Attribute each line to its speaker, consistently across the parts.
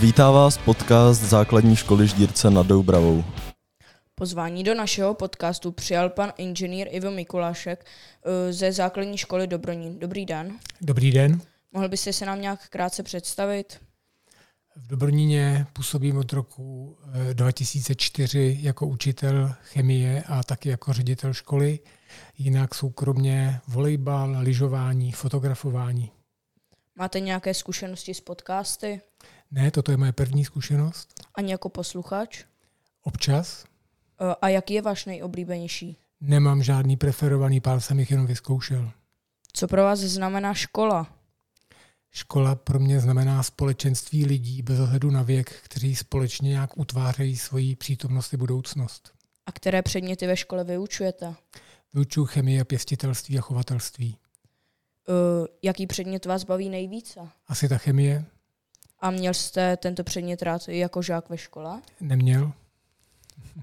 Speaker 1: Vítá vás podcast Základní školy Ždírce nad Doubravou.
Speaker 2: Pozvání do našeho podcastu přijal pan inženýr Ivo Mikulášek eh, ze základní školy Dobronín. Dobrý den.
Speaker 3: Dobrý den.
Speaker 2: Mohl byste se nám nějak krátce představit?
Speaker 3: V Dobrníně působím od roku eh, 2004 jako učitel chemie a taky jako ředitel školy. Jinak soukromně volejbal, lyžování, fotografování.
Speaker 2: Máte nějaké zkušenosti s podcasty?
Speaker 3: Ne, toto je moje první zkušenost.
Speaker 2: Ani jako posluchač?
Speaker 3: Občas.
Speaker 2: Eh, A jaký je váš nejoblíbenější?
Speaker 3: Nemám žádný preferovaný pár, jsem jich jenom vyzkoušel.
Speaker 2: Co pro vás znamená škola?
Speaker 3: Škola pro mě znamená společenství lidí bez ohledu na věk, kteří společně nějak utvářejí svoji přítomnost i budoucnost.
Speaker 2: A které předměty ve škole vyučujete?
Speaker 3: Vyučuji chemii a pěstitelství a chovatelství.
Speaker 2: Eh, Jaký předmět vás baví nejvíce?
Speaker 3: Asi ta chemie
Speaker 2: A měl jste tento předmět rád i jako žák ve škole?
Speaker 3: neměl.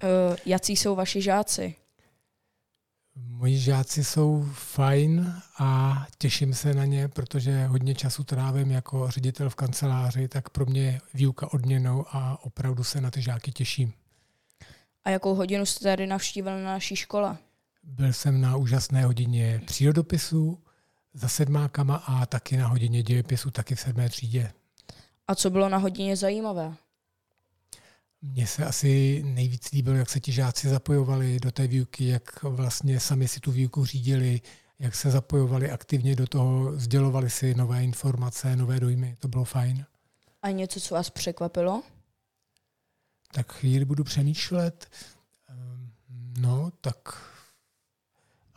Speaker 2: Eh, Jací jsou vaši žáci?
Speaker 3: Moji žáci jsou fajn a těším se na ně, protože hodně času trávím jako ředitel v kanceláři, tak pro mě je výuka odměnou a opravdu se na ty žáky těším.
Speaker 2: A jakou hodinu jste tady navštívil na naší škole?
Speaker 3: Byl jsem na úžasné hodině přírodopisu za sedmákama a taky na hodině dějepisu, taky v sedmé třídě.
Speaker 2: A co bylo na hodině zajímavé?
Speaker 3: Mně se asi nejvíc líbilo, jak se ti žáci zapojovali do té výuky, jak vlastně sami si tu výuku řídili, jak se zapojovali aktivně do toho, sdělovali si nové informace, nové dojmy. To bylo fajn.
Speaker 2: A něco, co vás překvapilo?
Speaker 3: Tak chvíli budu přemýšlet. Ehm, No, tak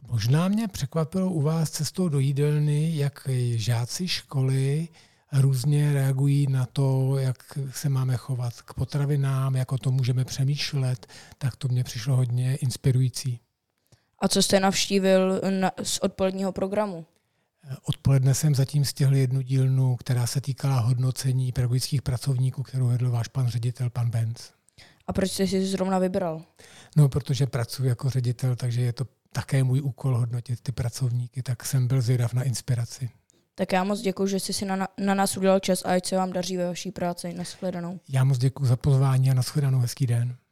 Speaker 3: možná mě překvapilo u vás cestou do jídelny, jak žáci školy různě reagují na to, jak se máme chovat k potravinám, jak o tom můžeme přemýšlet, tak to mě přišlo hodně inspirující.
Speaker 2: A co jste navštívil na, z odpoledního programu?
Speaker 3: Odpoledne jsem zatím stihl jednu dílnu, která se týkala hodnocení pedagogických pracovníků, kterou vedl váš pan ředitel, pan Benz.
Speaker 2: A proč jste si zrovna vybral?
Speaker 3: No, protože pracuji jako ředitel, takže je to také můj úkol hodnotit ty pracovníky, tak jsem byl zvědav na inspiraci.
Speaker 2: Tak já moc děkuji, že jste si na, na nás udělal čas a ať se vám daří ve vaší práci. Naschledanou.
Speaker 3: Já moc děkuji za pozvání a nashledanou hezký den.